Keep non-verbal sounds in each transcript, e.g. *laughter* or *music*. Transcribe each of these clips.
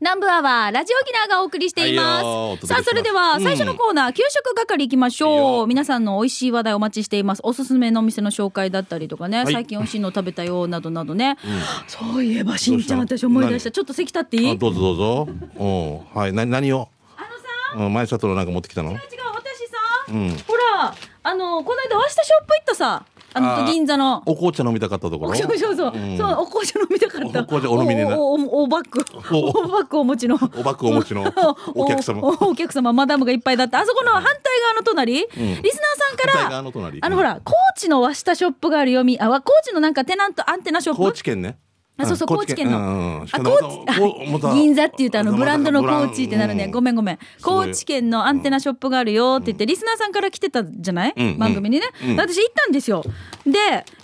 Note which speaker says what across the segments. Speaker 1: 南部アワー、ラジオギナーがお送りしています。
Speaker 2: はいよーお届けし
Speaker 1: さ
Speaker 2: ま
Speaker 1: あ、
Speaker 2: す
Speaker 1: それでは、最初のコーナー、給食係行きまし
Speaker 2: いい
Speaker 1: ょう。
Speaker 2: よ
Speaker 1: 皆さんの美味しい話題お待ちしています。おすすめのお店の紹介だったりとかね、
Speaker 2: い
Speaker 1: 最近美味しいの食べたよ、などなどね。そういえば、しんちゃん、
Speaker 2: どうした
Speaker 1: 私思い出した。ちょっと席立っていい
Speaker 2: あどうぞどうぞおはいな何を
Speaker 1: あのさ、
Speaker 2: うん前里のなんか持ってきたの
Speaker 1: 違う、私さ、
Speaker 2: ん
Speaker 1: ほら、あの、この間、明日ショップ行ったさ、あの、
Speaker 2: あー
Speaker 1: 銀座の。
Speaker 2: お紅茶飲みたかったとこ
Speaker 1: お
Speaker 2: ろ
Speaker 1: そうそうそう、
Speaker 2: うん
Speaker 1: そうお紅茶飲みたかった。
Speaker 2: お紅茶お飲みでな
Speaker 1: おおおおバッグ、
Speaker 2: お
Speaker 1: おバッグお持ちの。
Speaker 2: おバッグお持ちの *laughs* お客様
Speaker 1: おおお客様、マダムがいっぱいだった。あそこの反対側の隣、リスナーさんか
Speaker 2: 反対
Speaker 1: ら、
Speaker 2: 側の隣
Speaker 1: あのほら、高知の和下ショップがあるよみ、あ、わ高知のなんかテナントアンテナショップ
Speaker 2: 高知県ね
Speaker 1: あ、そうそう、
Speaker 2: ん
Speaker 1: 高知県の。
Speaker 2: うんうん
Speaker 1: あ、高
Speaker 2: しかもま
Speaker 1: 知
Speaker 2: た
Speaker 1: あ、
Speaker 2: こ
Speaker 1: 銀座って言うとあの
Speaker 2: また
Speaker 1: ブランドの
Speaker 2: ブラ
Speaker 1: 高
Speaker 2: ン
Speaker 1: 知ってなるね。
Speaker 2: うん
Speaker 1: ごめんごめん。
Speaker 2: ごい
Speaker 1: 高知県のアンテナショップがあるよって言って、リスナーさんから来てたじゃない
Speaker 2: うん
Speaker 1: 番組にね。
Speaker 2: うん
Speaker 1: で私行ったんですよ。で、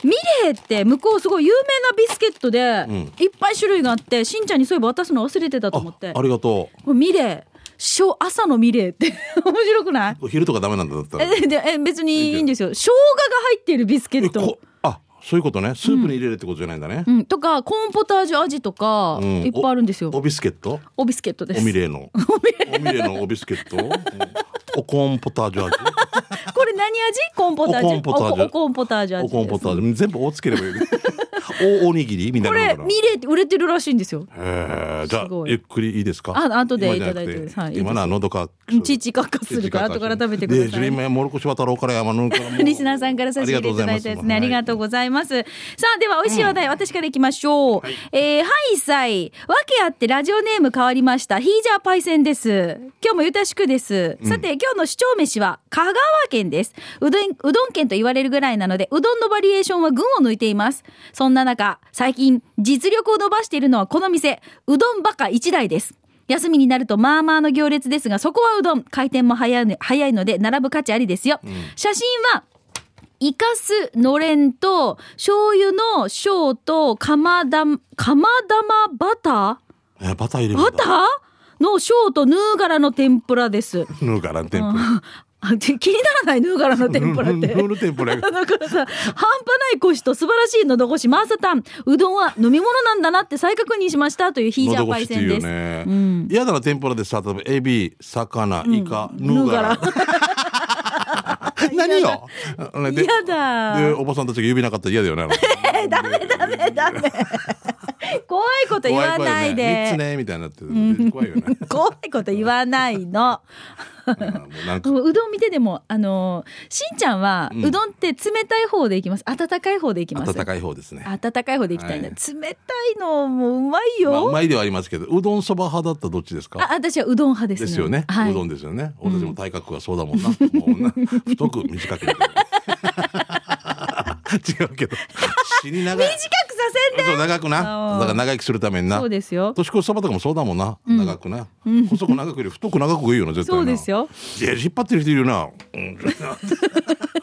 Speaker 1: ミレーって向こうすごい有名なビスケットで
Speaker 2: ん、
Speaker 1: いっぱい種類があって、しんちゃんにそういえば渡すの忘れてたと思って
Speaker 2: ああ。りがと
Speaker 1: これミレー、しょ朝のミレーって *laughs* 面白くないう
Speaker 2: お昼とかダメなんだだったら
Speaker 1: えでえ別にいいんですよ。生姜が入っているビスケッ
Speaker 2: え
Speaker 1: ト
Speaker 2: こ。あそういうことねスープに入れるってことじゃないんだね
Speaker 1: うん、とか、コーンポタージュ味とか、
Speaker 2: うん
Speaker 1: いっぱいあるんですよ
Speaker 2: お。ビスケット
Speaker 1: おビスケットです。
Speaker 2: おみれのおみれのおビスケットうんおコーンポタージュ味
Speaker 1: *laughs* これ何味コーンポタージュ
Speaker 2: おコーンポタージュ
Speaker 1: おコーンポタージュ味
Speaker 2: お
Speaker 1: です
Speaker 2: コーンポタージュ全部おつけれ
Speaker 1: *laughs*
Speaker 2: ばいいおおにぎりみたい
Speaker 1: こ
Speaker 2: な
Speaker 1: れ
Speaker 2: のかな
Speaker 1: ミレーって売れてるらしいんですよ
Speaker 2: えーじゃあ
Speaker 1: すごい
Speaker 2: ゆっくりいいですか
Speaker 1: あ後で
Speaker 2: 今じゃなく
Speaker 1: いただいてですはいいいです
Speaker 2: 今のは喉か
Speaker 1: ちいちかっかするから後から食べてください
Speaker 2: で、めもろこし渡ろうから山の上からもう
Speaker 1: *laughs* リスナーさんから差し入れいただいたやつね、ありがとう
Speaker 2: ござい
Speaker 1: ございます。さあ、では、美味しい話題、私からいきましょう。えー、はい、さい。わけあってラジオネーム変わりました。ヒージャーパイセンです。今日もゆたしくです。さて、今日の主張飯は香川県です。うどん、うどん県と言われるぐらいなので、うどんのバリエーションは群を抜いています。そんな中、最近、実力を伸ばしているのはこの店、うどんバカ一台です。休みになるとまあまあの行列ですが、そこはうどん。回転も早いの早いので、並ぶ価値ありですよ。写真は、イカスのれんと醤油の醤と釜玉釜玉バター
Speaker 2: ますえーバター入れるんだ
Speaker 1: バターの醤とヌーガラの天ぷらです。
Speaker 2: ヌーガラン天ぷら
Speaker 1: あで気にならないヌーガラの天ぷらっ
Speaker 2: ヌ *laughs*
Speaker 1: て。
Speaker 2: ーの天ぷらが
Speaker 1: だからさ、半端ないコシと素晴らしい喉越し、マーサタン、うどんは飲み物なんだなって再確認しましたというヒージャー
Speaker 2: 喉
Speaker 1: パ
Speaker 2: 越
Speaker 1: イ
Speaker 2: しって
Speaker 1: セン
Speaker 2: いうよ
Speaker 1: です。
Speaker 2: ね
Speaker 1: ん
Speaker 2: 嫌だな天ぷらでさ例えばエビ魚イカヌーガラ
Speaker 1: *laughs*
Speaker 2: 何よで
Speaker 1: 嫌だ。
Speaker 2: でおばさんたちが指なかったら嫌だよねあの
Speaker 1: えダメダメダ
Speaker 2: *laughs*
Speaker 1: メ。怖いこと言
Speaker 2: 怖
Speaker 1: わ
Speaker 2: 怖よ
Speaker 1: ない
Speaker 2: ね三つ
Speaker 1: で。
Speaker 2: ねみたいになってる怖いよ
Speaker 1: *laughs*
Speaker 2: ね
Speaker 1: 怖いこと言わないの。
Speaker 2: うんもうなんか
Speaker 1: うどん見てでも、あのーしんちゃんは、
Speaker 2: ん
Speaker 1: うどんって冷たい方でいきます。温かい方でいきます。
Speaker 2: 暖かい方ですね
Speaker 1: 温かい方でいきたいんだ。
Speaker 2: は
Speaker 1: 冷たいのもうまい
Speaker 2: まあ、う
Speaker 1: よ。
Speaker 2: まいではありますけど、うどんそば派だったらどっちです
Speaker 1: あ
Speaker 2: か。
Speaker 1: 私はうどん派ですね。
Speaker 2: ですよね、
Speaker 1: はいう
Speaker 2: どんですよね。私も体格がそうだもんな。もうな太く短くみたいな。 *laughs* 違うけど。死に長い
Speaker 1: 短。くさせんで
Speaker 2: そう長くな。だ
Speaker 1: あー
Speaker 2: から長生きするためにな
Speaker 1: そう。ですよ。
Speaker 2: 年越しそばとかもそうだもんな。長くな。細く長くより太く長くがいいよな、絶対な。
Speaker 1: そうですよ。
Speaker 2: いや、引っ張ってる人いるよな。うん *laughs*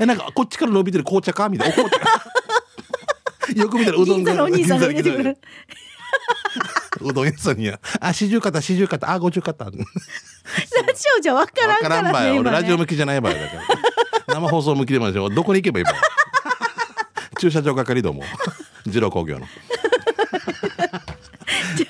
Speaker 2: え、なんか、こっちから伸びてる紅茶かみたいな。お紅茶 *laughs* よく見たら、うど
Speaker 1: 銀
Speaker 2: ん
Speaker 1: 座のお兄さんが入れてく
Speaker 2: 銀座
Speaker 1: る
Speaker 2: に。うどん屋さんには、あ、四十肩、四十肩、あ、五十肩。わ
Speaker 1: ラジオじゃわからんか
Speaker 2: からん
Speaker 1: ら
Speaker 2: ば
Speaker 1: ね。
Speaker 2: よ。
Speaker 1: 今
Speaker 2: 俺
Speaker 1: ね
Speaker 2: ラジオ向きじゃないばよ。だから。生放送向きでもないしょ。どこに行けばいいばよ。 *laughs* 駐車場係どうも。二郎工業の。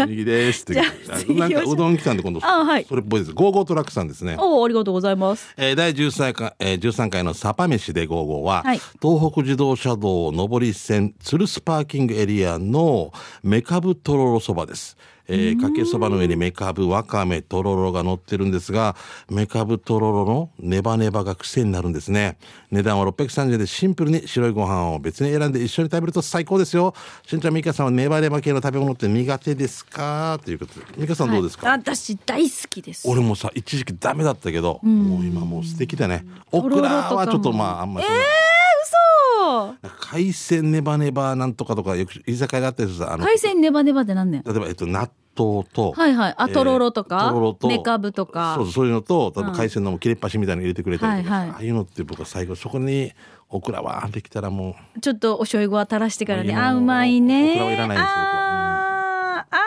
Speaker 2: 右ですっ
Speaker 1: *laughs*
Speaker 2: て。
Speaker 1: じゃあ
Speaker 2: なんかうどん来たんで今度。
Speaker 1: あはい
Speaker 2: それっぽいです。ゴーゴートラックさんですね。
Speaker 1: おうありがとうございます。
Speaker 2: えー第13回,、えー、13回のサパ飯で午後は、
Speaker 1: はい
Speaker 2: 東北自動車道上り線鶴スパーキングエリアのメカブとろろそばです。えーかけそばの上にメカブ、わかめ、とろろが乗ってるんですが、メカブとろろのネバネバが癖になるんですね。値段は630円でシンプルに白いご飯を別に選んで一緒に食べると最高ですよ。しんちゃん、みかさんはネバネバ系の食べ物って苦手ですかということで。みかさんどうですか、
Speaker 1: はい私大好きです。
Speaker 2: 俺もさ一時期ダメだったけど、もう今もう素敵だねオクラはちょっとまああんまり、
Speaker 1: そう。
Speaker 2: なんか海鮮ネバネバなんとかとかよく居酒屋であったりするさあの例
Speaker 1: 海鮮ネバネバでなんねん。
Speaker 2: えば、えっと、納豆と、
Speaker 1: はいはいあ
Speaker 2: えー
Speaker 1: とろろとか
Speaker 2: とろろと
Speaker 1: めかぶとか
Speaker 2: そうそうそういうのと多分
Speaker 1: うん
Speaker 2: 海鮮のもう切れっ端みたいなの入れてくれたりとか、
Speaker 1: はいはい
Speaker 2: ああいうのって僕は最後そこにオクラはできたらもう
Speaker 1: ちょっとお醤油を垂らしてからね。
Speaker 2: もういい
Speaker 1: あ、
Speaker 2: の
Speaker 1: うまいね。
Speaker 2: オクラはいらないです僕
Speaker 1: あーあ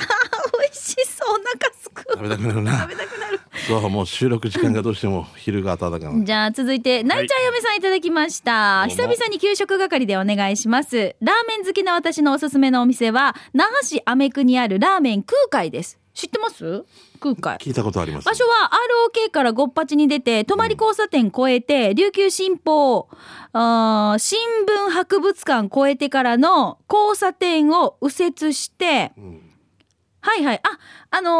Speaker 1: ー、美味しそう。お腹すく。 *laughs*
Speaker 2: 食べたくなるな
Speaker 1: 食べたくなる。
Speaker 2: そう、もう収録時間がどうしても昼が暖かなので。
Speaker 1: じゃあ続いて、なんちゃん嫁さんいただきました。
Speaker 2: どうも
Speaker 1: 久々に給食係でお願いします。ラーメン好きな私のおすすめのお店は、那覇市アメ区にあるラーメン空海です。知ってます空海。
Speaker 2: 聞いたことあります。
Speaker 1: 場所は ROK からごっぱちに出て、泊まり交差点越えて、琉球新報、あー新聞博物館越えてからの交差点を右折して、
Speaker 2: うん
Speaker 1: はいはい。あ、あ
Speaker 2: 那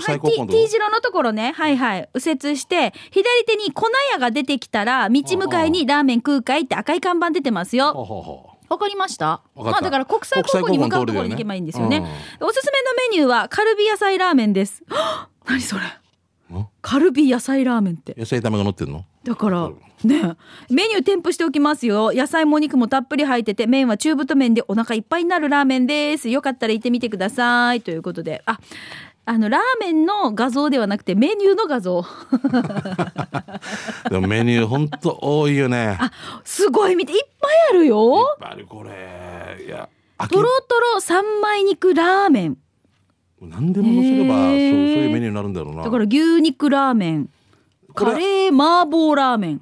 Speaker 2: 覇
Speaker 1: のー、は
Speaker 2: 国際高
Speaker 1: い
Speaker 2: 校
Speaker 1: T,
Speaker 2: のとこ
Speaker 1: T 字路のところね、はいはい、右折して、左手に粉屋が出てきたら、道向かいにラーメン空海って赤い看板出てます
Speaker 2: ほ
Speaker 1: よ。
Speaker 2: うほうほう
Speaker 1: わかりました
Speaker 2: わかった
Speaker 1: まあだから国際高校に向かうところに行けばいいんですよね。おすすめのメニューは、カルビ野菜ラーメンです。はっ何それ
Speaker 2: ん
Speaker 1: カルビ野菜ラーメンって。
Speaker 2: 野菜炒めが乗ってるの
Speaker 1: だから、ねえ、メニュー添付しておきますよ。野菜もお肉もたっぷり入ってて、麺は中太麺でお腹いっぱいになるラーメンです。よかったら行ってみてください。ということで、あ、あの、ラーメンの画像ではなくて、メニューの画像。
Speaker 2: でもメニューほんと多いよね。
Speaker 1: すごい見て、いっぱいあるよ。
Speaker 2: あれこれ。いや、秋
Speaker 1: とろとろ三枚肉ラーメン。
Speaker 2: 何でも乗せれば、そうそう
Speaker 1: へー
Speaker 2: いうメニューになるんだろうな。
Speaker 1: だから牛肉ラーメン。
Speaker 2: これ
Speaker 1: カレー麻婆ラーメン。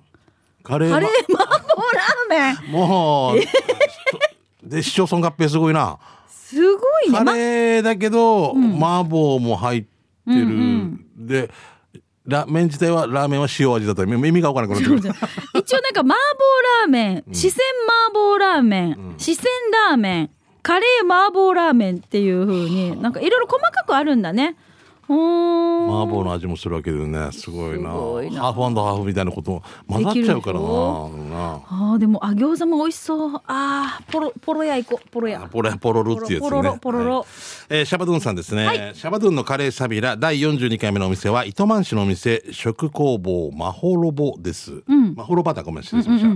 Speaker 2: カレー
Speaker 1: カ
Speaker 2: ま
Speaker 1: レー麻婆ラーメ
Speaker 2: *laughs*
Speaker 1: ン。
Speaker 2: も
Speaker 1: *laughs*
Speaker 2: う、 *laughs* で、市町村合併すごいな。
Speaker 1: すごいね。
Speaker 2: カ
Speaker 1: ま、
Speaker 2: レーだけど、麻婆も入ってる。で、ラーメン自体は、ラーメンは塩味だったり、意味がわからなくなってくる。
Speaker 1: 一応なんか麻婆ラーメン、四川麻婆ラーメン、四川ラーメン、カレー麻婆ラーメンっていう風に、なんかいろいろ細かくあるんだね。うーん。
Speaker 2: 麻婆の味もするわけでね、すごいな。
Speaker 1: すごいな
Speaker 2: ハーフハーフみたいなことも混ざっちゃうか
Speaker 1: できるでし
Speaker 2: らな。
Speaker 1: ょ
Speaker 2: うんな
Speaker 1: ああ、でも、あ、餃子も美味しそう。ああ、ポロ、ポロ屋行こう、ポロ屋。
Speaker 2: ポロポロルっていうやつね。
Speaker 1: ポロロポロロ
Speaker 2: はいえーシャバドゥンさんですね。シャバドゥンのカレーサビラ第42回目のお店は糸満市のお店食工房マホロボです。マホロバだごめん失礼しました。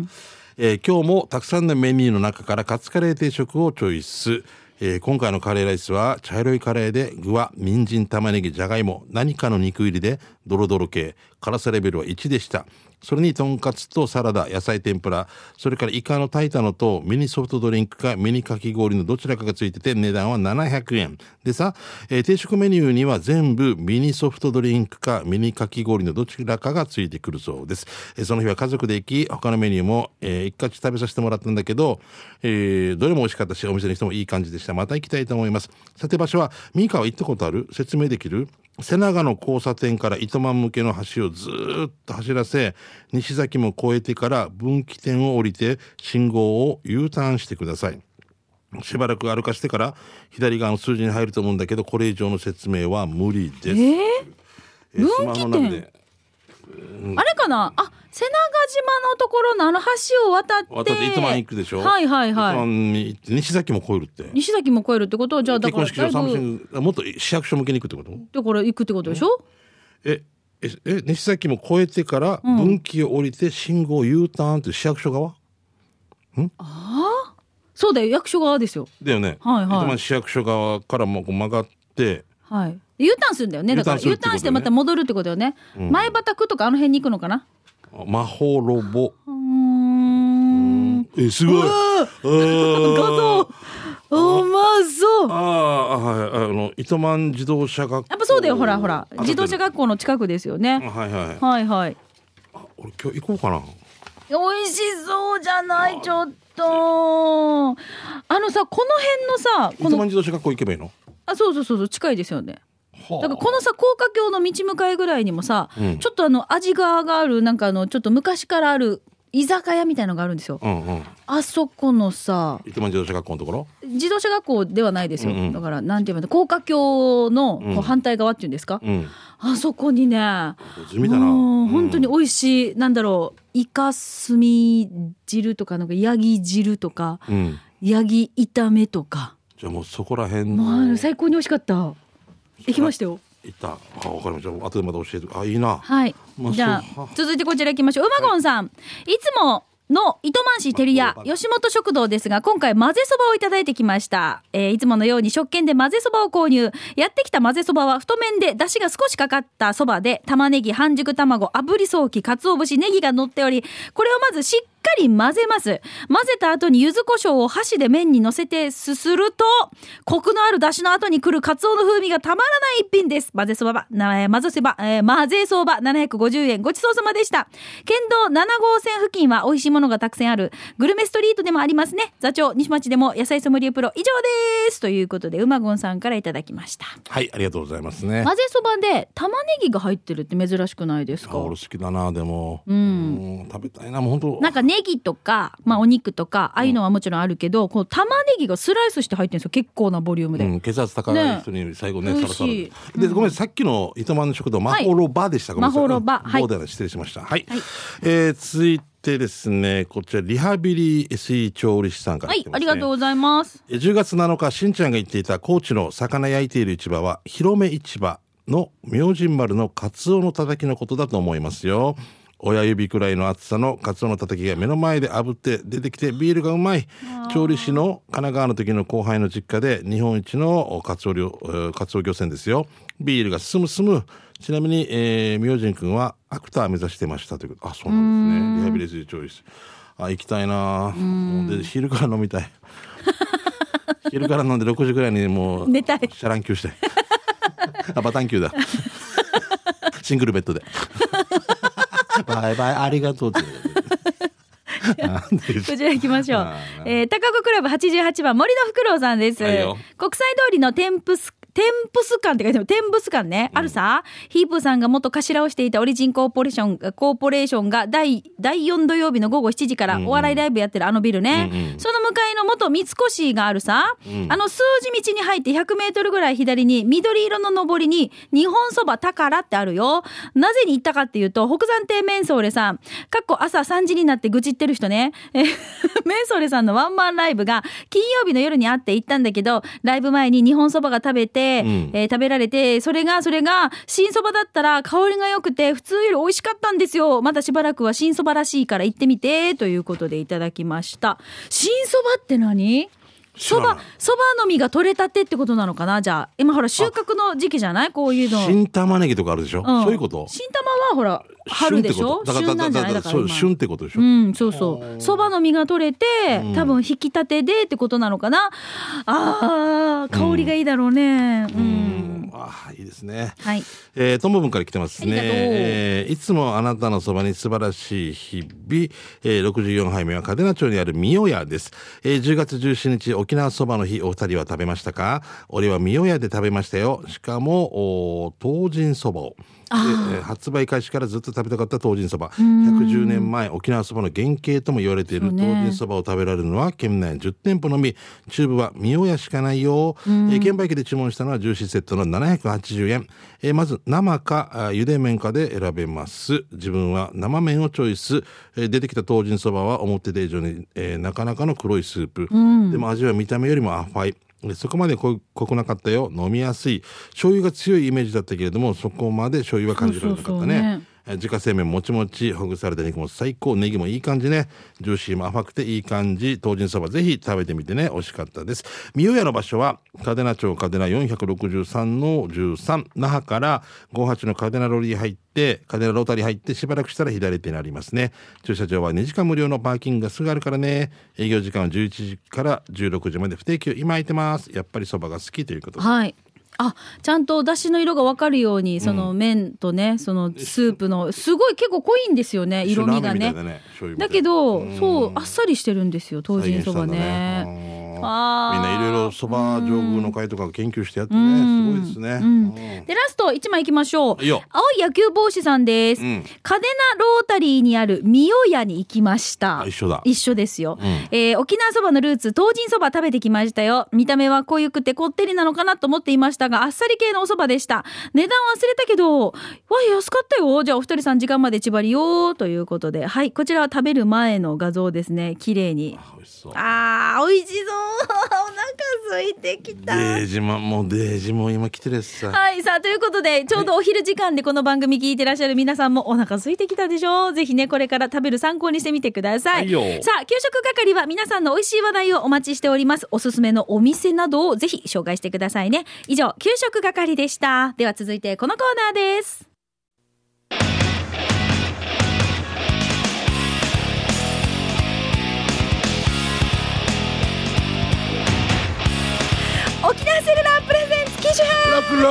Speaker 2: えー今日もたくさんのメニューの中からカツカレー定食をチョイス。えー今回のカレーライスは茶色いカレーで具は人参玉ねぎじゃがいも何かの肉入りでドロドロ系辛さレベルは1でしたそれにとんかつとサラダ野菜天ぷらそれからイカの炊いたのとミニソフトドリンクかミニかき氷のどちらかがついてて値段は700円でさ、えー定食メニューには全部ミニソフトドリンクかミニかき氷のどちらかがついてくるそうです、えーその日は家族で行き他のメニューも、えー一括食べさせてもらったんだけど、えーどれも美味しかったしお店の人もいい感じでしたまた行きたいと思いますさて場所はミカは行ったことある説明できる瀬長の交差点から糸満向けの橋をずーっと走らせ西崎も越えてから分岐点を降りて信号を U ターンしてくださいしばらく歩かしてから左側の数字に入ると思うんだけどこれ以上の説明は無理です、
Speaker 1: ええ
Speaker 2: えー
Speaker 1: 分岐
Speaker 2: スマホなんで
Speaker 1: 点あれかなあ、瀬長島のところのあの橋を渡って。
Speaker 2: 渡って糸満行くでしょ
Speaker 1: はいはい
Speaker 2: 糸
Speaker 1: はい。
Speaker 2: 満に行って西崎も越えるって
Speaker 1: 西崎も超えるってことは、じゃあだ
Speaker 2: 結
Speaker 1: から、
Speaker 2: 婚
Speaker 1: だ
Speaker 2: 式場
Speaker 1: い
Speaker 2: 三
Speaker 1: ぶ、
Speaker 2: 振もっと市役所向けに行くってこと
Speaker 1: だから行くってことでしょ
Speaker 2: えええ西崎も越えてから分岐を降りて信号 U ターンって市役所側
Speaker 1: そうだよ、役所側ですよ。
Speaker 2: だよね、
Speaker 1: はいはい
Speaker 2: 糸満市役所側からもこう曲がって
Speaker 1: はい。U ターンするんだよね。だから
Speaker 2: U ターンする
Speaker 1: U
Speaker 2: って
Speaker 1: タ
Speaker 2: ことだよね
Speaker 1: ーンしてまた戻るってことよね。前畑区とかあの辺に行くのかな。
Speaker 2: 魔法ロボ
Speaker 1: うーん。
Speaker 2: えすごいあー
Speaker 1: 画像。うまそう。
Speaker 2: ああはいあの糸満自動車学校
Speaker 1: やっぱそうだよ、ほらほら
Speaker 2: あ。
Speaker 1: 自動車学校の近くですよね。
Speaker 2: はいは
Speaker 1: は
Speaker 2: い
Speaker 1: いはい。
Speaker 2: 俺今日行こうかな
Speaker 1: 美味しそうじゃない、ちょっと。あのさ、この辺のさ、こ
Speaker 2: 糸
Speaker 1: の
Speaker 2: 満自動車学校行けばいいの
Speaker 1: あそうそうそうそう近いですよね。
Speaker 2: はあ
Speaker 1: だからこのさ高架橋の道向かいぐらいにもさ、
Speaker 2: うん
Speaker 1: ちょっとあの味側があるなんかあのちょっと昔からある居酒屋みたいのがあるんですよ。
Speaker 2: うんうん
Speaker 1: あそこのさ
Speaker 2: 糸満自動車学校のところ
Speaker 1: 自動車学校ではないですよ。
Speaker 2: うんうん
Speaker 1: だからなんて言うの高架橋のこう
Speaker 2: うん
Speaker 1: 反対側っていうんですか。
Speaker 2: うん
Speaker 1: あそこにね、も
Speaker 2: 地味だな
Speaker 1: う本当に美味しい、なんだろうイカスミ汁とかなんかヤギ汁とか
Speaker 2: うん
Speaker 1: ヤギ炒めとか、
Speaker 2: じゃあもうそこら辺
Speaker 1: もうあ
Speaker 2: の
Speaker 1: の
Speaker 2: 行
Speaker 1: 最高に美味しかった。行きましたよ。
Speaker 2: ったあわかりました後でまた教えてあいいな
Speaker 1: はい
Speaker 2: ま。あ
Speaker 1: じゃ
Speaker 2: そう
Speaker 1: あ
Speaker 2: は、
Speaker 1: 続いてこちら行きましょう。馬ゴンさん。いつもの糸満市テリ
Speaker 2: ま
Speaker 1: ヤ
Speaker 2: あ、これは
Speaker 1: 吉本食堂ですが、今回混ぜそばをいただいてきました。えーいつものように食券で混ぜそばを購入。やってきた混ぜそばは太麺で、出汁が少しかかったそばで、玉ねぎ、半熟卵、炙りそうき、鰹節、ネギが乗っており、これをまずしっかり混ぜます。混ぜた後に柚子胡椒を箸で麺に乗せてすすると、コクのある出汁の後に来るカツオの風味がたまらない一品です。混ぜそばば、なえー混ぜそば、えー混ぜそば750円ごちそうさまでした。県道7号線付近は美味しいものがたくさんあるグルメストリートでもありますね。座長、西町でも野菜ソムリエプロ以上です。ということで、うまごんさんからいただきました。
Speaker 2: はい、ありがとうございますね。
Speaker 1: 混ぜそばで玉ねぎが入ってるって珍しくないです
Speaker 2: あ
Speaker 1: か
Speaker 2: 俺好きだな、でも。
Speaker 1: ん
Speaker 2: う。食べたいな、もう本当。
Speaker 1: なんかネギとか、まあ、お肉とかああいうのはもちろんあるけど、こう玉ねぎがスライスして入ってるんですよ結構なボリュームで、
Speaker 2: うん、血圧高い人に最後ね、
Speaker 1: ね
Speaker 2: さらさら
Speaker 1: 美味し
Speaker 2: で、ごめんなさい、さっきの糸満の食堂、マ
Speaker 1: はい
Speaker 2: ホロバでした。ごめんなさい
Speaker 1: マホロバ
Speaker 2: うん
Speaker 1: はい
Speaker 2: 棒ではない失礼しました。はい。
Speaker 1: はい
Speaker 2: えー続いてですね、こちら、リハビリ SE 調理師さんから
Speaker 1: は
Speaker 2: 来
Speaker 1: い
Speaker 2: てま
Speaker 1: あ
Speaker 2: す
Speaker 1: り
Speaker 2: ね。
Speaker 1: がとうございます
Speaker 2: えー10月7日しんちゃんが言っていた高知の魚焼いている市場は広め市場の明神丸のカツオのたたきのことだと思いますよ親指くらいの厚さのカツオのたたきが目の前で炙って出てきてビールがうまい調理師の神奈川の時の後輩の実家で日本一のカツオ漁えーカツオ漁船ですよビールが進む進むちなみに、えー、明神君はアクター目指してましたということあそうなんですねリハビリで調理師あ行きたいなで昼から飲みたい昼から飲んで6時ぐらいにもう
Speaker 1: 寝たい
Speaker 2: シャラン級してあバタン級だシングルベッドでバイバイありがとうってなんで
Speaker 1: こちら行きましょう
Speaker 2: あ。
Speaker 1: えー、高子クラブ88番、森のフクロウさんです。
Speaker 2: はい
Speaker 1: 国
Speaker 2: よ
Speaker 1: 際通りのテンプス、テンプス館って書いてある、テンプス館ね。あるさ、ヒープーさんが元頭をしていたオリジンコーポレーション、コーポレーションが第、第4土曜日の午後7時からお笑いライブやってるあのビルね。
Speaker 2: うんうん
Speaker 1: その向かいの元三越があるさ、あの数字道に入って100メートルぐらい左に緑色の上りに日本そば宝ってあるよ。なぜに行ったかっていうと、北山亭メンソーレさん、かっこ朝3時になって愚痴ってる人ね。え *laughs* メンソーレさんのワンマンライブが金曜日の夜にあって行ったんだけど、ライブ前に日本そばが食べて、
Speaker 2: うん
Speaker 1: えー食べられて、それが、それが、新そばだったら香りが良くて、普通より美味しかったんですよ。まだしばらくは新そばらしいから行ってみて、ということでいただきました。新そばって何
Speaker 2: 知ら
Speaker 1: そ
Speaker 2: ない
Speaker 1: ば、そばの実が取れたてってことなのかなじゃあ、今ほら収穫の時期じゃないこういうの。
Speaker 2: 新玉ねぎとかあるでしょ、
Speaker 1: ん
Speaker 2: そういうこと
Speaker 1: 新玉はほら、春でしょ
Speaker 2: 旬ってことだから
Speaker 1: 旬なんじゃない
Speaker 2: だ
Speaker 1: だ
Speaker 2: か
Speaker 1: からら
Speaker 2: そう
Speaker 1: 今。
Speaker 2: 旬ってことでしょ、
Speaker 1: うん、そうそう。そばの実が取れて、多分引き立てでってことなのかな。ああ、香りがいいだろうね。うん。
Speaker 2: うんああいいですね
Speaker 1: はい。
Speaker 2: えー、トンボ文から来てますね。
Speaker 1: ありがとう
Speaker 2: えーいつもあなたのそばに素晴らしい日々、えー、64杯目は嘉手納町にあるミオヤです。えー10月17日沖縄そばの日、お二人は食べましたか俺はミオヤで食べましたよ。しかも、おー東神そばを。でえー発売開始からずっと食べたかった東神そば110年前沖縄そばの原型とも言われている
Speaker 1: そう
Speaker 2: 東
Speaker 1: ね
Speaker 2: 神そばを食べられるのは県内10店舗のみ中部は三親しかないよ、えー券売機で注文したのはジューシーセットの780円、えーまず生かあー茹で麺かで選べます自分は生麺をチョイス、えー出てきた東神そばは表で以上に、えーなかなかの黒いスープ、でも味は見た目よりも甘いえそこまで濃い濃くなかったよ飲みやすい醤油が強いイメージだったけれどもそこまで醤油は感じられなかった
Speaker 1: そうそうそうね
Speaker 2: ねえー自家製麺もちもちほぐされた肉も最高ネギもいい感じねジューシーも甘くていい感じ東神そばぜひ食べてみてね美味しかったです三浦屋の場所は嘉手納町嘉手納463の13那覇から58の嘉手納ロリー入って嘉手納ロータリー入ってしばらくしたら左手になりますね駐車場は2時間無料のパーキングがすぐあるからね営業時間は11時から16時まで不定休今空いてますやっぱりそばが好きということで
Speaker 1: はい。あ、ちゃんと出汁の色がわかるように、その麺とね、そのスープの、すごい結構濃いんですよね、色味が
Speaker 2: 一緒のラーメンみたい
Speaker 1: ね。
Speaker 2: だね醤油みたい
Speaker 1: だけど、そう、あっさりしてるんですよ、東神そば
Speaker 2: 再現したんだ
Speaker 1: ね。
Speaker 2: ねうん
Speaker 1: あー
Speaker 2: みんないろいろそば上宮の会とかを研究してやってね、すごいですね。うん
Speaker 1: で、ラスト1枚いきましょう。
Speaker 2: いいよ
Speaker 1: 青い野球帽子さんです。
Speaker 2: うん
Speaker 1: カデナロータリーにあるミオヤに行きました。
Speaker 2: あ一緒だ
Speaker 1: 一緒ですよ。えー沖縄そばのルーツ、東神そば食べてきましたよ。見た目は濃ゆくてこってりなのかなと思っていましたが、あっさり系のおそばでした。値段忘れたけど、わ、安かったよ。じゃあお二人さん時間まで縛りよ。ということで、はい、こちらは食べる前の画像ですね。綺麗に。
Speaker 2: 美味しそう。
Speaker 1: あー、美味しそう。 *laughs* お腹空いてき
Speaker 2: デ
Speaker 1: た。
Speaker 2: ージマもうデージも今来てるやつさ。
Speaker 1: *laughs* はい。さあ、ということで、ちょうどお昼時間でこの番組聞いてらっしゃる皆さんもお腹空いてきたでしょぜひね、これから食べる参考にしてみてください。
Speaker 2: はいよ
Speaker 1: さあ、給食係は皆さんの美味しい話題をお待ちしております。おすすめのお店などをぜひ紹介してくださいね。以上、給食係でした。では続いて、このコーナーです。沖縄セルラープレゼンツ機種編
Speaker 2: ロック
Speaker 1: こ
Speaker 2: ロ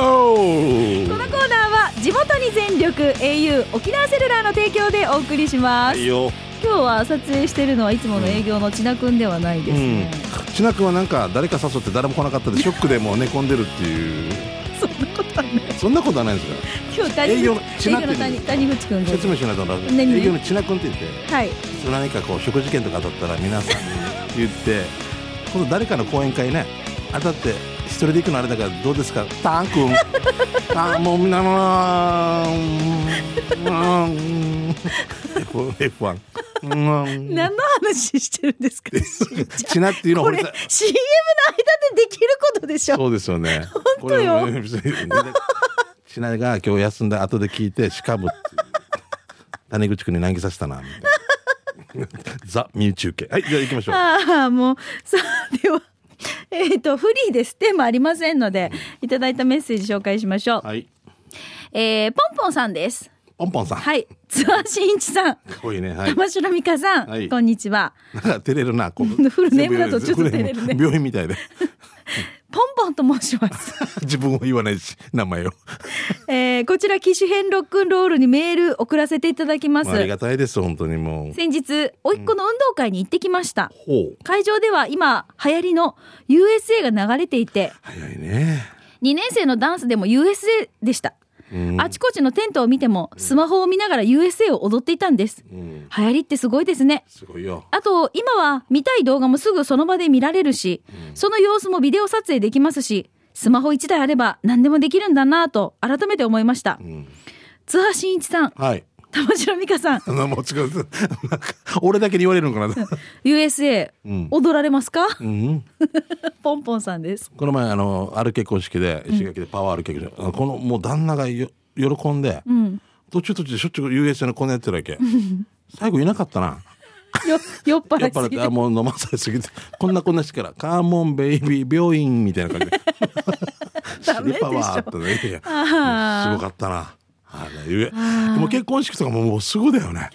Speaker 1: の
Speaker 2: ー
Speaker 1: コーナーは地元に全力 au 沖縄セルラーの提供でお送りしま
Speaker 2: ル
Speaker 1: す、
Speaker 2: いいよ
Speaker 1: 今日は撮影してるのはいつもの営業の千奈くんではないですね、
Speaker 2: うんちなくんはなんか誰か誘って誰も来なかったでショックでもう寝込んでるっていう
Speaker 1: *laughs* そんなことはない
Speaker 2: そんなことはないんですか
Speaker 1: 今日谷口
Speaker 2: 営業の千
Speaker 1: 営業の
Speaker 2: 奈君
Speaker 1: 谷谷口くんが
Speaker 2: 説明しないとな
Speaker 1: 何
Speaker 2: 営業のちなくんって言って
Speaker 1: はい
Speaker 2: 何かこう食事券とか当たったら皆さんに言って今度誰かの講演会ね当たって一人で行くのあれだからどうですかタン君あもうみんなのうん F- F1 うん
Speaker 1: 何の話してるんですか
Speaker 2: ちなっていうのを
Speaker 1: これ CM の間
Speaker 2: 俺
Speaker 1: でできることでしょ
Speaker 2: そうですよね
Speaker 1: 本当よ
Speaker 2: これ別にちなが今日休んだ後で聞いてしかぶっていう谷口君に難儀させたなみたいなザ・ミュー中継はいじゃあ行きましょう
Speaker 1: ああ、もう、さあ、では、 *laughs* えっ、と、フリーです。テーマありませんので、いただいたメッセージ紹介しましょう。
Speaker 2: はい
Speaker 1: えー、ポンポンさんです。
Speaker 2: ポンポンさん
Speaker 1: はい。津和新一さん、
Speaker 2: かっこいいね。はい。
Speaker 1: 玉城美香さん、
Speaker 2: はい
Speaker 1: こんにちは。
Speaker 2: なんか照れるな、
Speaker 1: *laughs*
Speaker 2: この
Speaker 1: フルネームだとちょっと照れるね
Speaker 2: 病院みたいで。 *laughs*
Speaker 1: ポンポンと申します。
Speaker 2: 自分も言わないし、名前を。
Speaker 1: えー、こちら、機種編ロックンロールにメール送らせていただきま
Speaker 2: まああり
Speaker 1: す。
Speaker 2: がたいです、本当にもう。
Speaker 1: 先日、甥っ子の運動会に行ってきました。
Speaker 2: ほう。
Speaker 1: 会場では今、流行りの USA が流れていて、
Speaker 2: 早いね。
Speaker 1: 2年生のダンスでも USA でした。
Speaker 2: うん。
Speaker 1: あちこちのテントを見ても、スマホを見ながら USA を踊っていたんです。
Speaker 2: うん。
Speaker 1: 流行りってすごいですね。
Speaker 2: すごいよ。
Speaker 1: あと、今は見たい動画もすぐその場で見られるし、その様子もビデオ撮影できますし、スマホ1台あれば何でもできるんだなぁと改めて思いました
Speaker 2: う。ん。
Speaker 1: 津波真一さん、
Speaker 2: はい。
Speaker 1: 玉城美香さ
Speaker 2: *laughs*
Speaker 1: ん、
Speaker 2: あの、もう違う。なんか、俺だけに言われるのか
Speaker 1: *laughs*
Speaker 2: な。
Speaker 1: USA、
Speaker 2: うん
Speaker 1: 踊られますか
Speaker 2: うん。
Speaker 1: *laughs* ポンポンさんです。
Speaker 2: この前、あの、ある結婚式で、石垣でパワーある結婚式。あのこの、もう旦那がよ喜んで、
Speaker 1: うん。
Speaker 2: 途中途中でしょっちゅう USA のこんなやってる
Speaker 1: *laughs*
Speaker 2: わけ。最後いなかったな。
Speaker 1: よ、酔っ
Speaker 2: や
Speaker 1: 払
Speaker 2: っ
Speaker 1: い
Speaker 2: ぱ
Speaker 1: す
Speaker 2: り
Speaker 1: ぎ
Speaker 2: あ
Speaker 1: て。
Speaker 2: もう飲まされすぎてこんなこんなしから「カーモンベイビー病院」みたいな感じで
Speaker 1: *laughs* ダメでしょ
Speaker 2: パワーあったねいや
Speaker 1: あー
Speaker 2: もうすごかったなあれゆえでも結婚式とかももうすぐだよね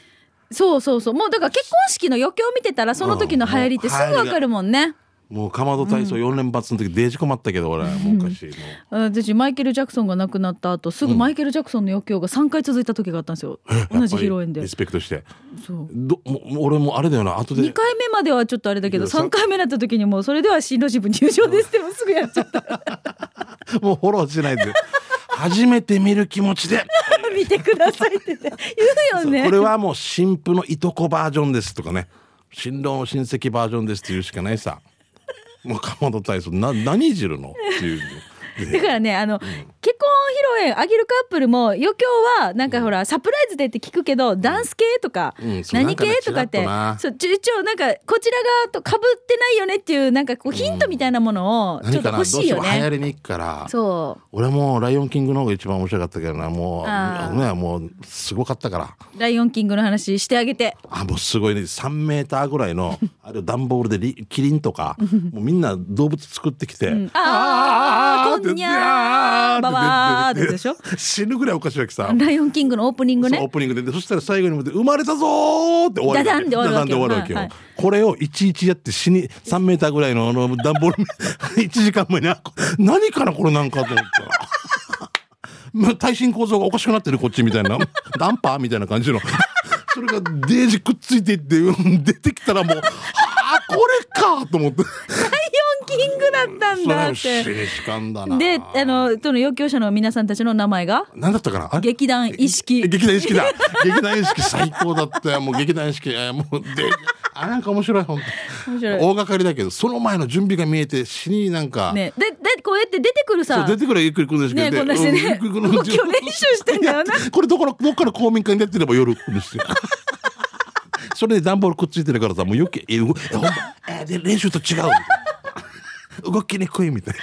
Speaker 1: そうそうそう。もうだから結婚式の余興見てたら、その時の流行りってすぐわかるもんね。
Speaker 2: もうかまど体操4連発の時デージ困ったけど俺もうおかしいも
Speaker 1: 私マイケル・ジャクソンが亡くなった後すぐマイケル・ジャクソンの余興が3回続いた時があったんですよ、
Speaker 2: う
Speaker 1: 同じ披露
Speaker 2: やっ
Speaker 1: 宴
Speaker 2: ぱり
Speaker 1: で
Speaker 2: リスペクトして
Speaker 1: そう
Speaker 2: どもう俺もあれだよな後
Speaker 1: 2
Speaker 2: で
Speaker 1: 回目まではちょっとあれだけど
Speaker 2: いやそう
Speaker 1: 3回目になった時にもうそれでは進路支部入場ですってもうすぐやっちゃった
Speaker 2: もうフォローし
Speaker 1: *laughs*
Speaker 2: ないで初めて見る気持ちで
Speaker 1: 見てくださいって言って言うよね
Speaker 2: これはもう新婦のいとこバージョンですとかね新郎の親戚バージョンですって言うしかないさもう鎌田大将な何いじるのっていう
Speaker 1: だからねあの、結婚披露宴あげるカップルも余興はなんかほら、サプライズでって聞くけどダンス系とか、
Speaker 2: うんそう
Speaker 1: 何系
Speaker 2: なんかね
Speaker 1: とかっ
Speaker 2: ち
Speaker 1: て
Speaker 2: らっとな
Speaker 1: そうちょ一応なんかこちら側とかぶってないよねっていうなんかこうヒントみたいなものをちょっ
Speaker 2: 何
Speaker 1: と
Speaker 2: かなど
Speaker 1: 欲
Speaker 2: う
Speaker 1: しい
Speaker 2: して
Speaker 1: よ
Speaker 2: も流行
Speaker 1: ね。
Speaker 2: りに行くから
Speaker 1: そう
Speaker 2: 俺も「ライオンキング」の方が一番面白かったけどなもう
Speaker 1: あー
Speaker 2: ねもうすごかったから
Speaker 1: ライオンキングの話してあげて。
Speaker 2: あもうすごいね3メーターぐらいのあれを段ボールでリキリンとかもうみんな動物作ってきて、
Speaker 1: んあーこんにゃーばばーってやつでしょ
Speaker 2: 死ぬぐらいおかしいわけさ
Speaker 1: ライオンキングのオープニング
Speaker 2: そうオ
Speaker 1: ね
Speaker 2: ー。プニングででそしたら最後に向けて「生まれたぞ!」って終わる
Speaker 1: ダダンで終わるわけよ
Speaker 2: ダダンで終わるわけよ、
Speaker 1: はいはい
Speaker 2: これをいちいちやって死に3メーターぐらいのあの段ボール *laughs* 1時間前にあこ何かなこれなんかと思ったら *laughs* まあ耐震構造がおかしくなってるこっちみたいな *laughs* ダンパーみたいな感じの *laughs* それがデージくっついていって *laughs* うん出てきたらもう「 *laughs* あーこれか!」と思って
Speaker 1: ライオンキングだったんだっ
Speaker 2: そ
Speaker 1: て。
Speaker 2: れ静止感だな
Speaker 1: で、あの、その余興者の皆さんたちの名前が
Speaker 2: 何だったかなあれ
Speaker 1: 劇団意識。
Speaker 2: 劇団意識だ劇団意識最高だったよもう劇団意識えーもうであなんか面白い本当
Speaker 1: 面
Speaker 2: に
Speaker 1: 白い
Speaker 2: 大掛かりだけどその前の準備が見えて死になんか、
Speaker 1: ね。で、で、こうやって出てくる
Speaker 2: そ
Speaker 1: さ
Speaker 2: う。出てくれゆっくり来るんですけ
Speaker 1: ね、*laughs*
Speaker 2: ど
Speaker 1: こんなしてね。
Speaker 2: うんゆっくり来る
Speaker 1: 動きを練習してんだよ
Speaker 2: *laughs*
Speaker 1: な。
Speaker 2: これどこのどっかの公民館に出てれば夜来るんですよ *laughs* それで段ボールくっついてるからさもう余計えうえほんまえーで練習と違うみたいな動きにくいみたい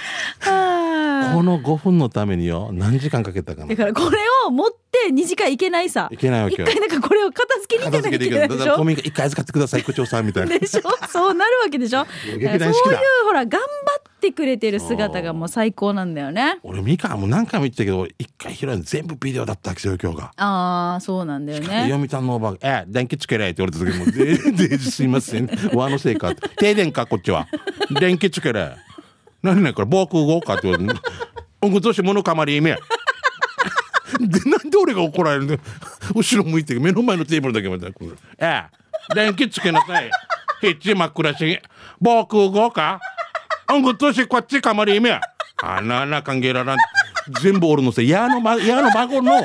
Speaker 1: あ
Speaker 2: なこの5分のためによ何時間かけたか
Speaker 1: ー
Speaker 2: な
Speaker 1: だからこれを持って2時間いけないさ。
Speaker 2: いけないわけ
Speaker 1: 一
Speaker 2: よ
Speaker 1: 回なんかこれを片付けに行
Speaker 2: 片
Speaker 1: かなきゃ
Speaker 2: 付け
Speaker 1: い
Speaker 2: てい
Speaker 1: けな
Speaker 2: けないだ
Speaker 1: で
Speaker 2: か
Speaker 1: し
Speaker 2: ら
Speaker 1: ょ
Speaker 2: 公民館一回預かってください区長さんみたいな
Speaker 1: でしょそうなるわけでしょ
Speaker 2: *laughs* 劇団四
Speaker 1: そ
Speaker 2: 季
Speaker 1: うい
Speaker 2: だ
Speaker 1: うほら頑張ってくれてる姿がもう最高なんだよね
Speaker 2: 俺みかんも何回も言ったけど一回拾うの全部ビデオだったわけよ今日が。
Speaker 1: ああそうなんだよね
Speaker 2: 読谷のおばあが「え電気つけられ」って言われた時もう「 *laughs* でですいません和のせいか」「停電かこっちは電気つけれ」何々これ防空壕かって言われて「おんぐとしものかまりめ」 *laughs* でなんで俺が怒られるの *laughs* 後ろ向いて目の前のテーブルだけまで来る「ええ電気つけなさい」「へっち真っ暗し防空壕かおんぐとしこっちかまりめ」「あなな歓迎ららん」全部俺のせい「やの,、ま、やの孫の」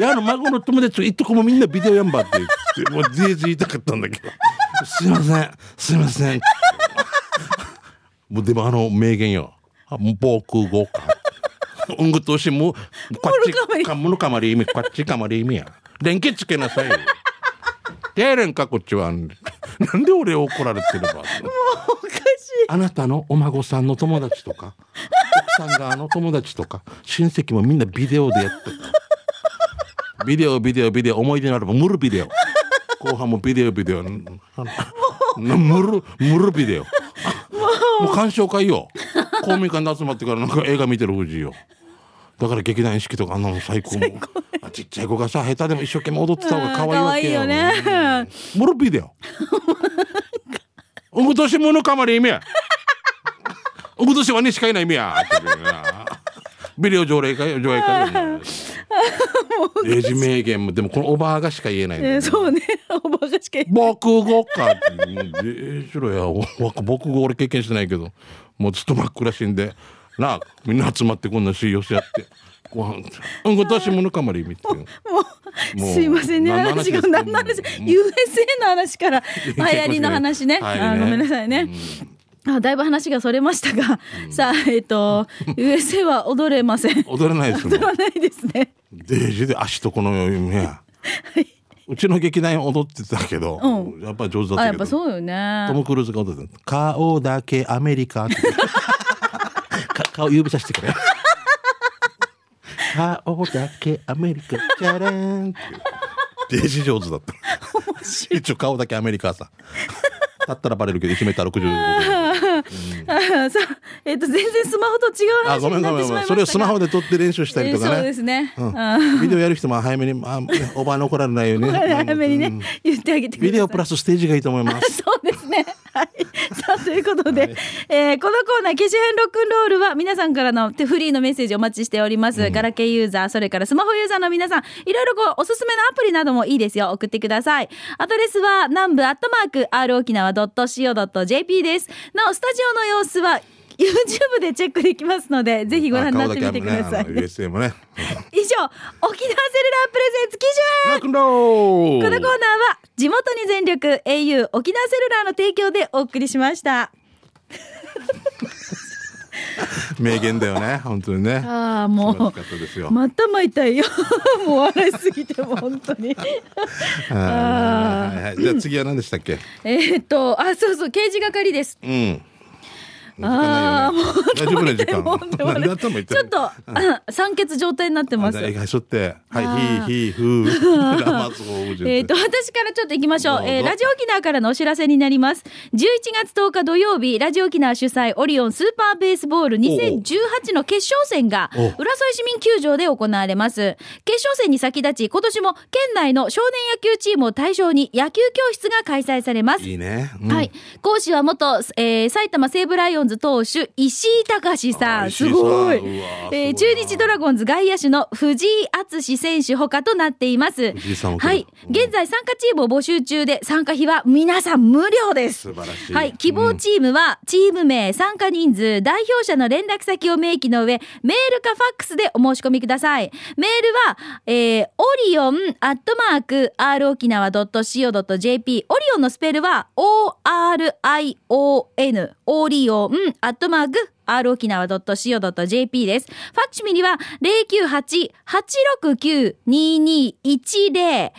Speaker 2: いやあの孫の友達といっとこもみんなビデオやんばって言ってもうぜいぜい言いたかったんだけど「すいませんすいません」もうでもあの名言よ「あもう防空壕か」 *laughs* 「うんぐとしもこっちかものかまり意味こっちかまり意味や」「連携つけなさい」「てれんかこっちは」なんで俺怒られてる
Speaker 1: *laughs* お
Speaker 2: ば
Speaker 1: かしい。
Speaker 2: あなたのお孫さんの友達とか奥さんがあの友達とか親戚もみんなビデオでやってた。ビデオビデオビデオ思い出のあればムルビデオ後半もビデオビデオムルムルビデオもう鑑賞会よ公民館で集まってからなんか映画見てる藤井よだから劇団四季とかあんなの最高もあちっちゃい子がさ下手でも一生懸命踊ってた方が可愛いわけよ
Speaker 1: うん可愛いよね
Speaker 2: うんムルビデオ今年ものかまり意味や今年はねしかいない意味やって言うよなビデオ上映会上映会よレジ名言もでもこのおばあがしか言えないんだよ
Speaker 1: *laughs* えーそうね。おばがしかい
Speaker 2: 僕語かってもうでしろやお僕語俺経験してないけどもうずっと真っ暗しいんでなあみんな集まってこんなし寄せ合ってご飯うん今年ものかまりみたいな
Speaker 1: もう、
Speaker 2: もう
Speaker 1: すいませんね。
Speaker 2: 何の
Speaker 1: 話
Speaker 2: 話で
Speaker 1: が、
Speaker 2: すか
Speaker 1: 何の話、USA の話
Speaker 2: *laughs*
Speaker 1: から、流行りの話ね。
Speaker 2: はいね
Speaker 1: あごめんなさいね。あだいぶ話がそれましたが、さあ、えっ、
Speaker 2: *laughs*
Speaker 1: と、USA は踊れません。
Speaker 2: 踊れないですも
Speaker 1: 踊
Speaker 2: ん
Speaker 1: らないですね。
Speaker 2: デージで足とこのねうちの劇団踊ってたけど、
Speaker 1: う
Speaker 2: やっぱ上
Speaker 1: あ、
Speaker 2: 手だった
Speaker 1: やっ
Speaker 2: けど
Speaker 1: ぱそうよね
Speaker 2: ト。ム・クルーズが踊ってた顔だけアメリカって *laughs* か顔指さしてくれ顔だけアメリカチャレ
Speaker 1: *laughs*
Speaker 2: ンってデージ上手だった一応顔だけアメリカさだったらバレるけど1メーター65
Speaker 1: あーさあ、えっ、と、全然スマホと違う
Speaker 2: あ
Speaker 1: 話
Speaker 2: ごめん
Speaker 1: に
Speaker 2: ご
Speaker 1: なっ
Speaker 2: め
Speaker 1: てしまいま
Speaker 2: んごめ
Speaker 1: したが
Speaker 2: んそれをスマホで撮って練習したりとか
Speaker 1: えー
Speaker 2: ね
Speaker 1: そうですね。
Speaker 2: うん
Speaker 1: あー
Speaker 2: ビデオやる人も早めに、あねおばあに怒られないようにね
Speaker 1: 早めにね、言ってあげてください。
Speaker 2: ビデオプラスステージがいいと思います
Speaker 1: そうですね。はい。さあ、ということで、えーこのコーナー、機種編ロックンロールは、皆さんからの手フリーのメッセージお待ちしております。ガラケーユーザー、それからスマホユーザーの皆さん、いろいろこう、おすすめのアプリなどもいいですよ。送ってください。アドレスは、南部アットマーク、r 沖縄 .co.jp です。なお、スタジオの様子は、YouTube でチェックできますので、 *laughs* ぜひご覧になってみてください。
Speaker 2: あ顔だけアメねあの USA もね
Speaker 1: *laughs* 以上、沖縄セルラープレゼンツ機種編
Speaker 2: ロックンロー
Speaker 1: こ
Speaker 2: ル
Speaker 1: のコーナーは地元に全力 au 沖縄セルラーの提供でお送りしました
Speaker 2: 名言だよね本当にね素
Speaker 1: ああも
Speaker 2: 晴ら
Speaker 1: う
Speaker 2: しかったですよ、
Speaker 1: またまいたいよ *laughs* もう笑いすぎても本当
Speaker 2: *laughs*
Speaker 1: に
Speaker 2: は
Speaker 1: あ
Speaker 2: いはいはいじゃあ次は何でしたっけ
Speaker 1: えっとあそうそう刑事係です
Speaker 2: うん
Speaker 1: あーもう
Speaker 2: 時間ないよね大丈夫
Speaker 1: も
Speaker 2: な
Speaker 1: う
Speaker 2: 時
Speaker 1: で
Speaker 2: 間
Speaker 1: も
Speaker 2: 何
Speaker 1: ね
Speaker 2: で頭言って
Speaker 1: ちょっ
Speaker 2: る
Speaker 1: と、酸欠状態になってます
Speaker 2: あ
Speaker 1: え
Speaker 2: じゃあしょっては
Speaker 1: あ
Speaker 2: いひーひーふーラマスゴージュン
Speaker 1: っと私からちょっと行きましょう
Speaker 2: どうぞ
Speaker 1: えーラジオ沖縄からのお知らせになります11月10日土曜日ラジオ沖縄主催オリオンスーパーベースボール2018の決勝戦が
Speaker 2: おう
Speaker 1: 浦添市民球場で行われます決勝戦に先立ち今年も県内の少年野球チームを対象に野球教室が開催されます
Speaker 2: いいね、うん
Speaker 1: はい。講師は元、えー埼玉西武ライオンズ投手、石井隆さ
Speaker 2: あ
Speaker 1: ん。
Speaker 2: 石井
Speaker 1: す
Speaker 2: さん
Speaker 1: ごい。
Speaker 2: うわー
Speaker 1: えー
Speaker 2: すご
Speaker 1: 中
Speaker 2: いな
Speaker 1: 日ドラゴンズ外野手の藤井敦選手他となっています。
Speaker 2: 藤井さんも来る
Speaker 1: はい。現在参加チームを募集中で、参加費は皆さん無料です
Speaker 2: 素。晴らしい
Speaker 1: はい。希望チームは、チーム名、参加人数、代表者の連絡先を明記の上、メールかファックスでお申し込みください。メールは、えー、オリオンアットマーク、r 沖縄 .co.jp。オリオンのスペルは、orion、オリオンアットマーク、r 沖縄 .co.jp です。ファクシミリは098-869-2210、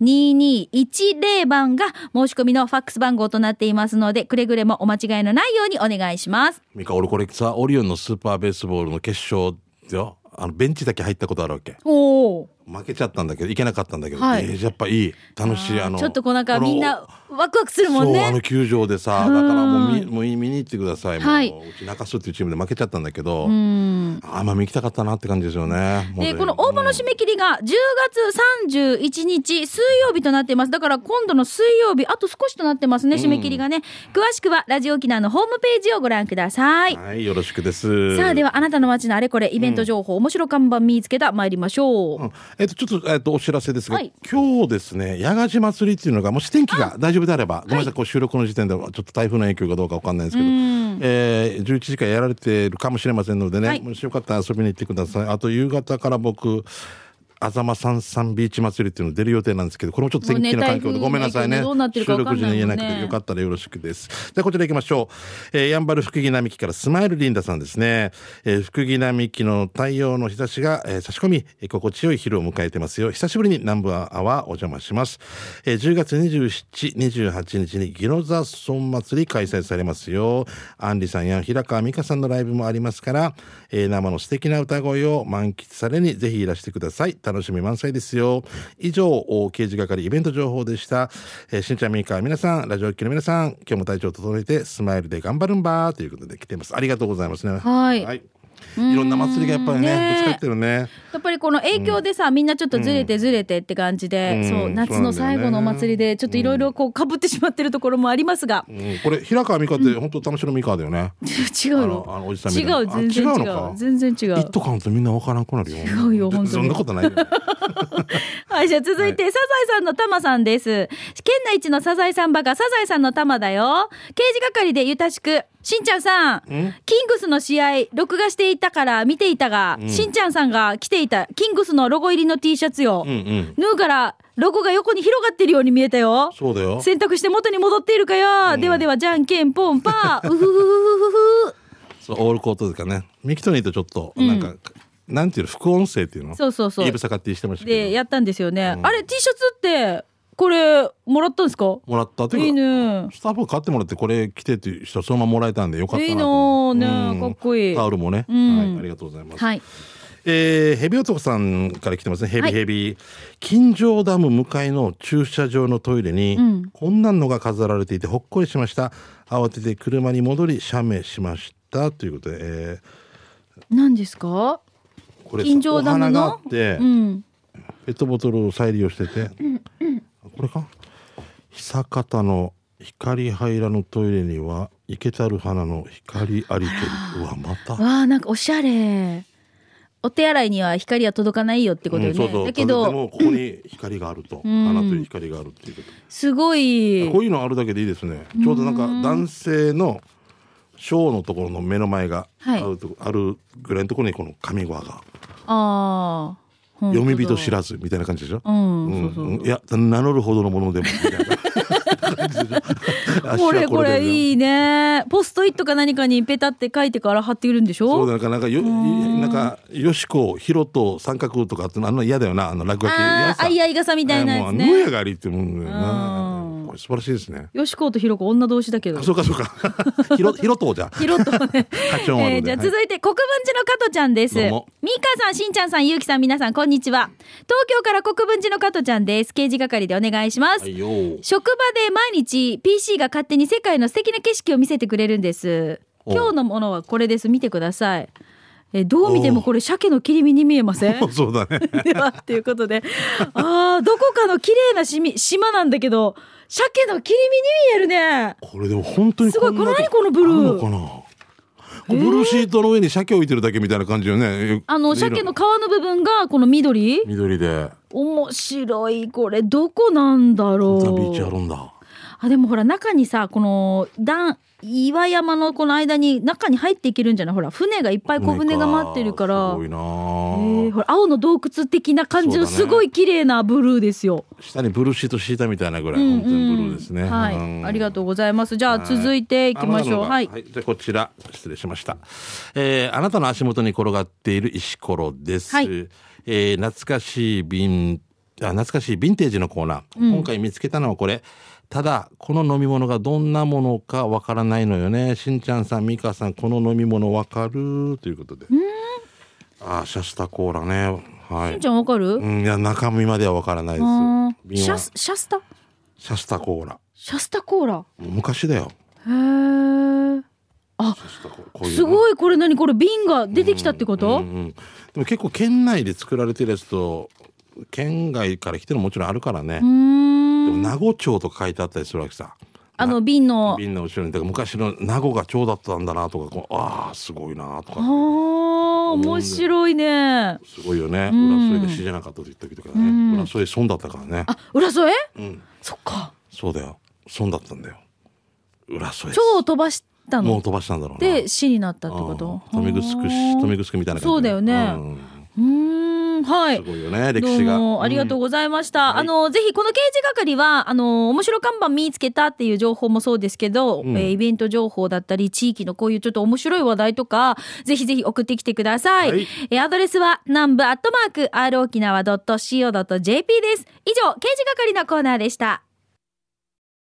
Speaker 1: 098-869-2210番が申し込みのファックス番号となっていますので、くれぐれもお間違いのないようにお願いします。
Speaker 2: ミカ俺これさオリオンのスーパーベースボールの決勝よあのベンチだけ入ったことあるわけ
Speaker 1: おお。
Speaker 2: 負けちゃったんだけど、いけなかったんだけど、
Speaker 1: はい
Speaker 2: えーやっぱいい、楽しい、あの、
Speaker 1: ちょっとこうなんかみんな
Speaker 2: こ
Speaker 1: ワクワクする
Speaker 2: の、
Speaker 1: もん
Speaker 2: そう、あの
Speaker 1: ね。
Speaker 2: 球場でさ、だ
Speaker 1: うん
Speaker 2: からもう見、もう見に行ってください。もう、
Speaker 1: はいう
Speaker 2: ち中洲っていうチームで負けちゃったんだけど、
Speaker 1: うん。
Speaker 2: あまあ見行きたかったなって感じですよね。もう
Speaker 1: で、
Speaker 2: ね
Speaker 1: この応募の締め切りが10月31日水曜日となっています。だから今度の水曜日、あと少しとなってますね、締め切りがね。詳しくはラジオ沖縄のホームページをご覧ください。
Speaker 2: はい、よろしくです。
Speaker 1: さあ、ではあなたの街のあれこれ、イベント情報、面白看板見つけた、参りましょう。
Speaker 2: うんえっと、ちょっと、えっと、お知らせですが、
Speaker 1: はい
Speaker 2: 今日ですね、八賀島祭りっていうのが、もし天気が大丈夫であれば、ごめんなさい、こう収録の時点では、ちょっと台風の影響かどうかわかんないですけど、えー、11時からやられているかもしれませんのでね、
Speaker 1: はい
Speaker 2: もしよかったら遊びに行ってください。あと、夕方から僕、あざまさんさんビーチ祭りっていうの出る予定なんですけど、これもちょっと天気の環境で
Speaker 1: も
Speaker 2: ご
Speaker 1: うね
Speaker 2: めんなさいね。
Speaker 1: 台風の影響でどうなってるか
Speaker 2: 収
Speaker 1: わか
Speaker 2: 録
Speaker 1: ん
Speaker 2: 時
Speaker 1: ないもんね
Speaker 2: に言えなくてよかったらよろしくです。じゃあこちら行きましょう。えー、やんばる福木並木からスマイルリンダさんですね。えー、福木並木の太陽の日差しが、えー差し込み、えー心地よい昼を迎えてますよ。久しぶりに南部アワーお邪魔します。えー、10月27、28日にギロザソン祭り開催されますよ。アンリさんや平川美香さんのライブもありますから、えー生の素敵な歌声を満喫されにぜひいらしてください。楽しみ満載ですよ。以上、お刑事係イベント情報でした。えー、しんちゃん、みーかー、皆さん、ラジオ機の皆さん、今日も体調整えて、スマイルで頑張るんばーということで来てます。ありがとうございますね。
Speaker 1: はい
Speaker 2: い。いろんな祭りがやっぱり
Speaker 1: ね
Speaker 2: ね、
Speaker 1: え
Speaker 2: ぶつかってるね。
Speaker 1: やっぱりこの影響でさ、みんなちょっとずれてずれてって感じで、
Speaker 2: うん
Speaker 1: そう、夏の最後のお祭りで、ちょっといろいろこう、かぶってしまってるところもありますが、
Speaker 2: うん、これ、平川美香って本当楽しみ美香だよね。
Speaker 1: 違う
Speaker 2: あのあの
Speaker 1: よ
Speaker 2: おじさ。んみ
Speaker 1: 違
Speaker 2: たいな
Speaker 1: う、全然
Speaker 2: あ違う
Speaker 1: 違
Speaker 2: のか
Speaker 1: う。全然違
Speaker 2: 一
Speaker 1: う。
Speaker 2: 斗買うとみんなわからんくなるよ。
Speaker 1: 違うよ本当に
Speaker 2: そんなことないよ。
Speaker 1: はい、じゃあ続いて、サザエさんのタマさんです。県内一のサザエさんバカ、サザエさんのタマだよ。刑事係でゆたしく、しんちゃんさん、キングスの試合、録画していたから見ていたが、しんちゃんさんが着ていた、キングスのロゴ入りの T シャツよ。
Speaker 2: うんうん。
Speaker 1: 縫うから、ロゴが横に広がってるように見えたよ。
Speaker 2: そうだよ。
Speaker 1: 選択して元に戻っているかよ、ではではじゃんけんポンパ
Speaker 2: *laughs*
Speaker 1: ーうふふふふふ
Speaker 2: そうオールコートですかね。ミキトニーとちょっと、なんか、なんていうの、副音声っていうの
Speaker 1: そうそうそう
Speaker 2: イブサカってしてました
Speaker 1: で
Speaker 2: けど。
Speaker 1: やったんですよね、あれ T シャツってこれもらったんですか
Speaker 2: もらったって
Speaker 1: いい
Speaker 2: いうか、
Speaker 1: ね
Speaker 2: スタッフが買ってもらって、これ着てっていう人はそのままもらえたんでよかったなと思っ
Speaker 1: い
Speaker 2: て。
Speaker 1: いなあねえ
Speaker 2: うん
Speaker 1: かっこいい
Speaker 2: タオルもね。
Speaker 1: うん
Speaker 2: はい、ありがとうございます。
Speaker 1: はい
Speaker 2: えーヘビ男さんから来てますね。ヘ
Speaker 1: は
Speaker 2: ビ
Speaker 1: い
Speaker 2: ヘビ。金城ダム向かいの駐車場のトイレに、こんなのが飾られていてほっこりしました。慌てて車に戻り、写メしました。ということで、え
Speaker 1: 何ですか
Speaker 2: ーこれさ
Speaker 1: 金城ダムの
Speaker 2: お花があって、
Speaker 1: うん
Speaker 2: ペットボトルを再利用してて、これか久方の光入らぬトイレには池たる花の光ありけりうわまた
Speaker 1: わあなんかおしゃれお手洗いには光は届かないよってことよね、
Speaker 2: うんそうそう
Speaker 1: だけ
Speaker 2: で
Speaker 1: ど
Speaker 2: もここに光がある
Speaker 1: う
Speaker 2: と、
Speaker 1: ん
Speaker 2: 花という光があるっていうこと
Speaker 1: すごい
Speaker 2: こういうのあるだけでいいですね。ちょうどなんか男性のショーのところの目の前が
Speaker 1: はい
Speaker 2: あるとこ、あるぐらいのところにこの神話が
Speaker 1: ああ
Speaker 2: 読み人知
Speaker 1: ら
Speaker 2: らずみたいな感じでしょ。
Speaker 1: うん、
Speaker 2: う
Speaker 1: そう
Speaker 2: ん
Speaker 1: そう
Speaker 2: うんいや名乗るほどのものでもみたいな *laughs* 感じで
Speaker 1: *laughs*
Speaker 2: しょあ
Speaker 1: これこれ
Speaker 2: い
Speaker 1: いいねポストイットか何かにペタって書いてから貼っているんでしょ
Speaker 2: そうだなんかなんかよなんかよしこひろと三角とかってのあの嫌だよなあの落書き嫌
Speaker 1: ああ、
Speaker 2: さ
Speaker 1: あいあい傘みたいなやつ
Speaker 2: あもうあの
Speaker 1: ね
Speaker 2: や。がりってもんだよ
Speaker 1: う
Speaker 2: なんこれ素晴らしいですね
Speaker 1: よしことひろこ女同士だけど
Speaker 2: あ。そうか *laughs* そうかひろひろとじゃ
Speaker 1: ひろとね。
Speaker 2: 課
Speaker 1: え
Speaker 2: 長まで
Speaker 1: ーじゃあ
Speaker 2: はい
Speaker 1: 続いて国分寺の加藤ちゃんです。み
Speaker 2: どう
Speaker 1: ー
Speaker 2: も
Speaker 1: かさん、しんちゃんさん、ゆうきさん、皆さん、こんにちは。東京から国分寺の加藤ちゃんです。刑事係でお願いします。
Speaker 2: はいよー
Speaker 1: 職場で毎日 PC が勝手に世界の素敵な景色を見せてくれるんです。
Speaker 2: お
Speaker 1: 今日のものはこれです。見てください。えーどう見てもこれ鮭の切り身に見えません
Speaker 2: そうだね。
Speaker 1: *laughs* ではということであーどこかの綺麗なしみ島なんだけど鮭の切り身に見えるね
Speaker 2: これでも本当に
Speaker 1: すごい
Speaker 2: んな
Speaker 1: これ何このブルー
Speaker 2: あんのかなブルーシートの上に鮭置いてるだけみたいな感じよね。
Speaker 1: あの
Speaker 2: で色
Speaker 1: 鮭の皮の部分がこの緑
Speaker 2: 緑で。
Speaker 1: 面白いこれどこなんだろ
Speaker 2: ザビーチある
Speaker 1: うん
Speaker 2: だ。
Speaker 1: あでもほら中にさこの段岩山のこの間に中に入っていけるんじゃないほら船がいっぱい小船が待ってるから
Speaker 2: すごいな
Speaker 1: え
Speaker 2: ー、
Speaker 1: ーほら青の洞窟的な感じの
Speaker 2: そうだね
Speaker 1: すごい綺麗なブルーですよ。
Speaker 2: 下にブルーシート敷いたみたいなぐらい、
Speaker 1: うんうん
Speaker 2: 本当にブルーですね。
Speaker 1: はい、ありがとうございます。じゃあ続いていきましょう。
Speaker 2: あ
Speaker 1: はい
Speaker 2: まだまだ。じゃあこちら失礼しました。えーあなたの足元に転がっている石ころです。
Speaker 1: はい
Speaker 2: えー懐かしい瓶あ懐かしいヴィンテージのコーナー、今回見つけたのはこれ。ただこの飲み物がどんなものかわからないのよね。しんちゃんさん、みかさん、この飲み物わかるということで。ああーシャスタコーラね。は
Speaker 1: しん
Speaker 2: い
Speaker 1: ち。ゃんわかる、
Speaker 2: うん、いや、中身まではわからないで
Speaker 1: あー
Speaker 2: す。
Speaker 1: シ
Speaker 2: 瓶
Speaker 1: ャ
Speaker 2: は
Speaker 1: スシャスタ
Speaker 2: シャスタコーラ。
Speaker 1: シャスタコーラ
Speaker 2: 昔だよ。
Speaker 1: へえ
Speaker 2: シャスタコーラ。
Speaker 1: す
Speaker 2: い
Speaker 1: ごいこれ何これ瓶が出てきたってこ
Speaker 2: うの
Speaker 1: と、
Speaker 2: うんうんでも結構県内で作られてるやつと、県外から来てるのもちろんあるからね
Speaker 1: う。ー
Speaker 2: でも
Speaker 1: ん
Speaker 2: 名護町とか書いてあったりするわけさ。
Speaker 1: あの瓶の
Speaker 2: 瓶の後ろにだから昔の名護が町だったんだなとかこうああすごいな
Speaker 1: あ
Speaker 2: と
Speaker 1: ー
Speaker 2: か
Speaker 1: 面白いね
Speaker 2: すごいよね、
Speaker 1: うん
Speaker 2: 裏添えが死じゃなかったと言った時とかね、
Speaker 1: うん
Speaker 2: 裏添え損だったからね
Speaker 1: あ浦添え
Speaker 2: うん
Speaker 1: そっか
Speaker 2: そうだよ損だったんだよ裏添え
Speaker 1: 蝶を飛ばした
Speaker 2: も
Speaker 1: の
Speaker 2: う飛ばしたんだろうな
Speaker 1: で死になったってこと
Speaker 2: うん富城
Speaker 1: は
Speaker 2: 市
Speaker 1: ー
Speaker 2: 富城みたいな感じ
Speaker 1: そうだよね
Speaker 2: うん
Speaker 1: うーんはい
Speaker 2: すごいよね歴
Speaker 1: どう
Speaker 2: 史が
Speaker 1: もありがとう
Speaker 2: う
Speaker 1: ございました。
Speaker 2: はい
Speaker 1: あのぜひこの掲示係はあの面白看板見つけたっていう情報もそうですけど、
Speaker 2: うん
Speaker 1: えーイベント情報だったり地域のこういうちょっと面白い話題とかぜひぜひ送ってきてください。
Speaker 2: はい
Speaker 1: えーアドレスは南部アットマーク r 沖縄 .co.jp です。以上掲示係のコーナーでした。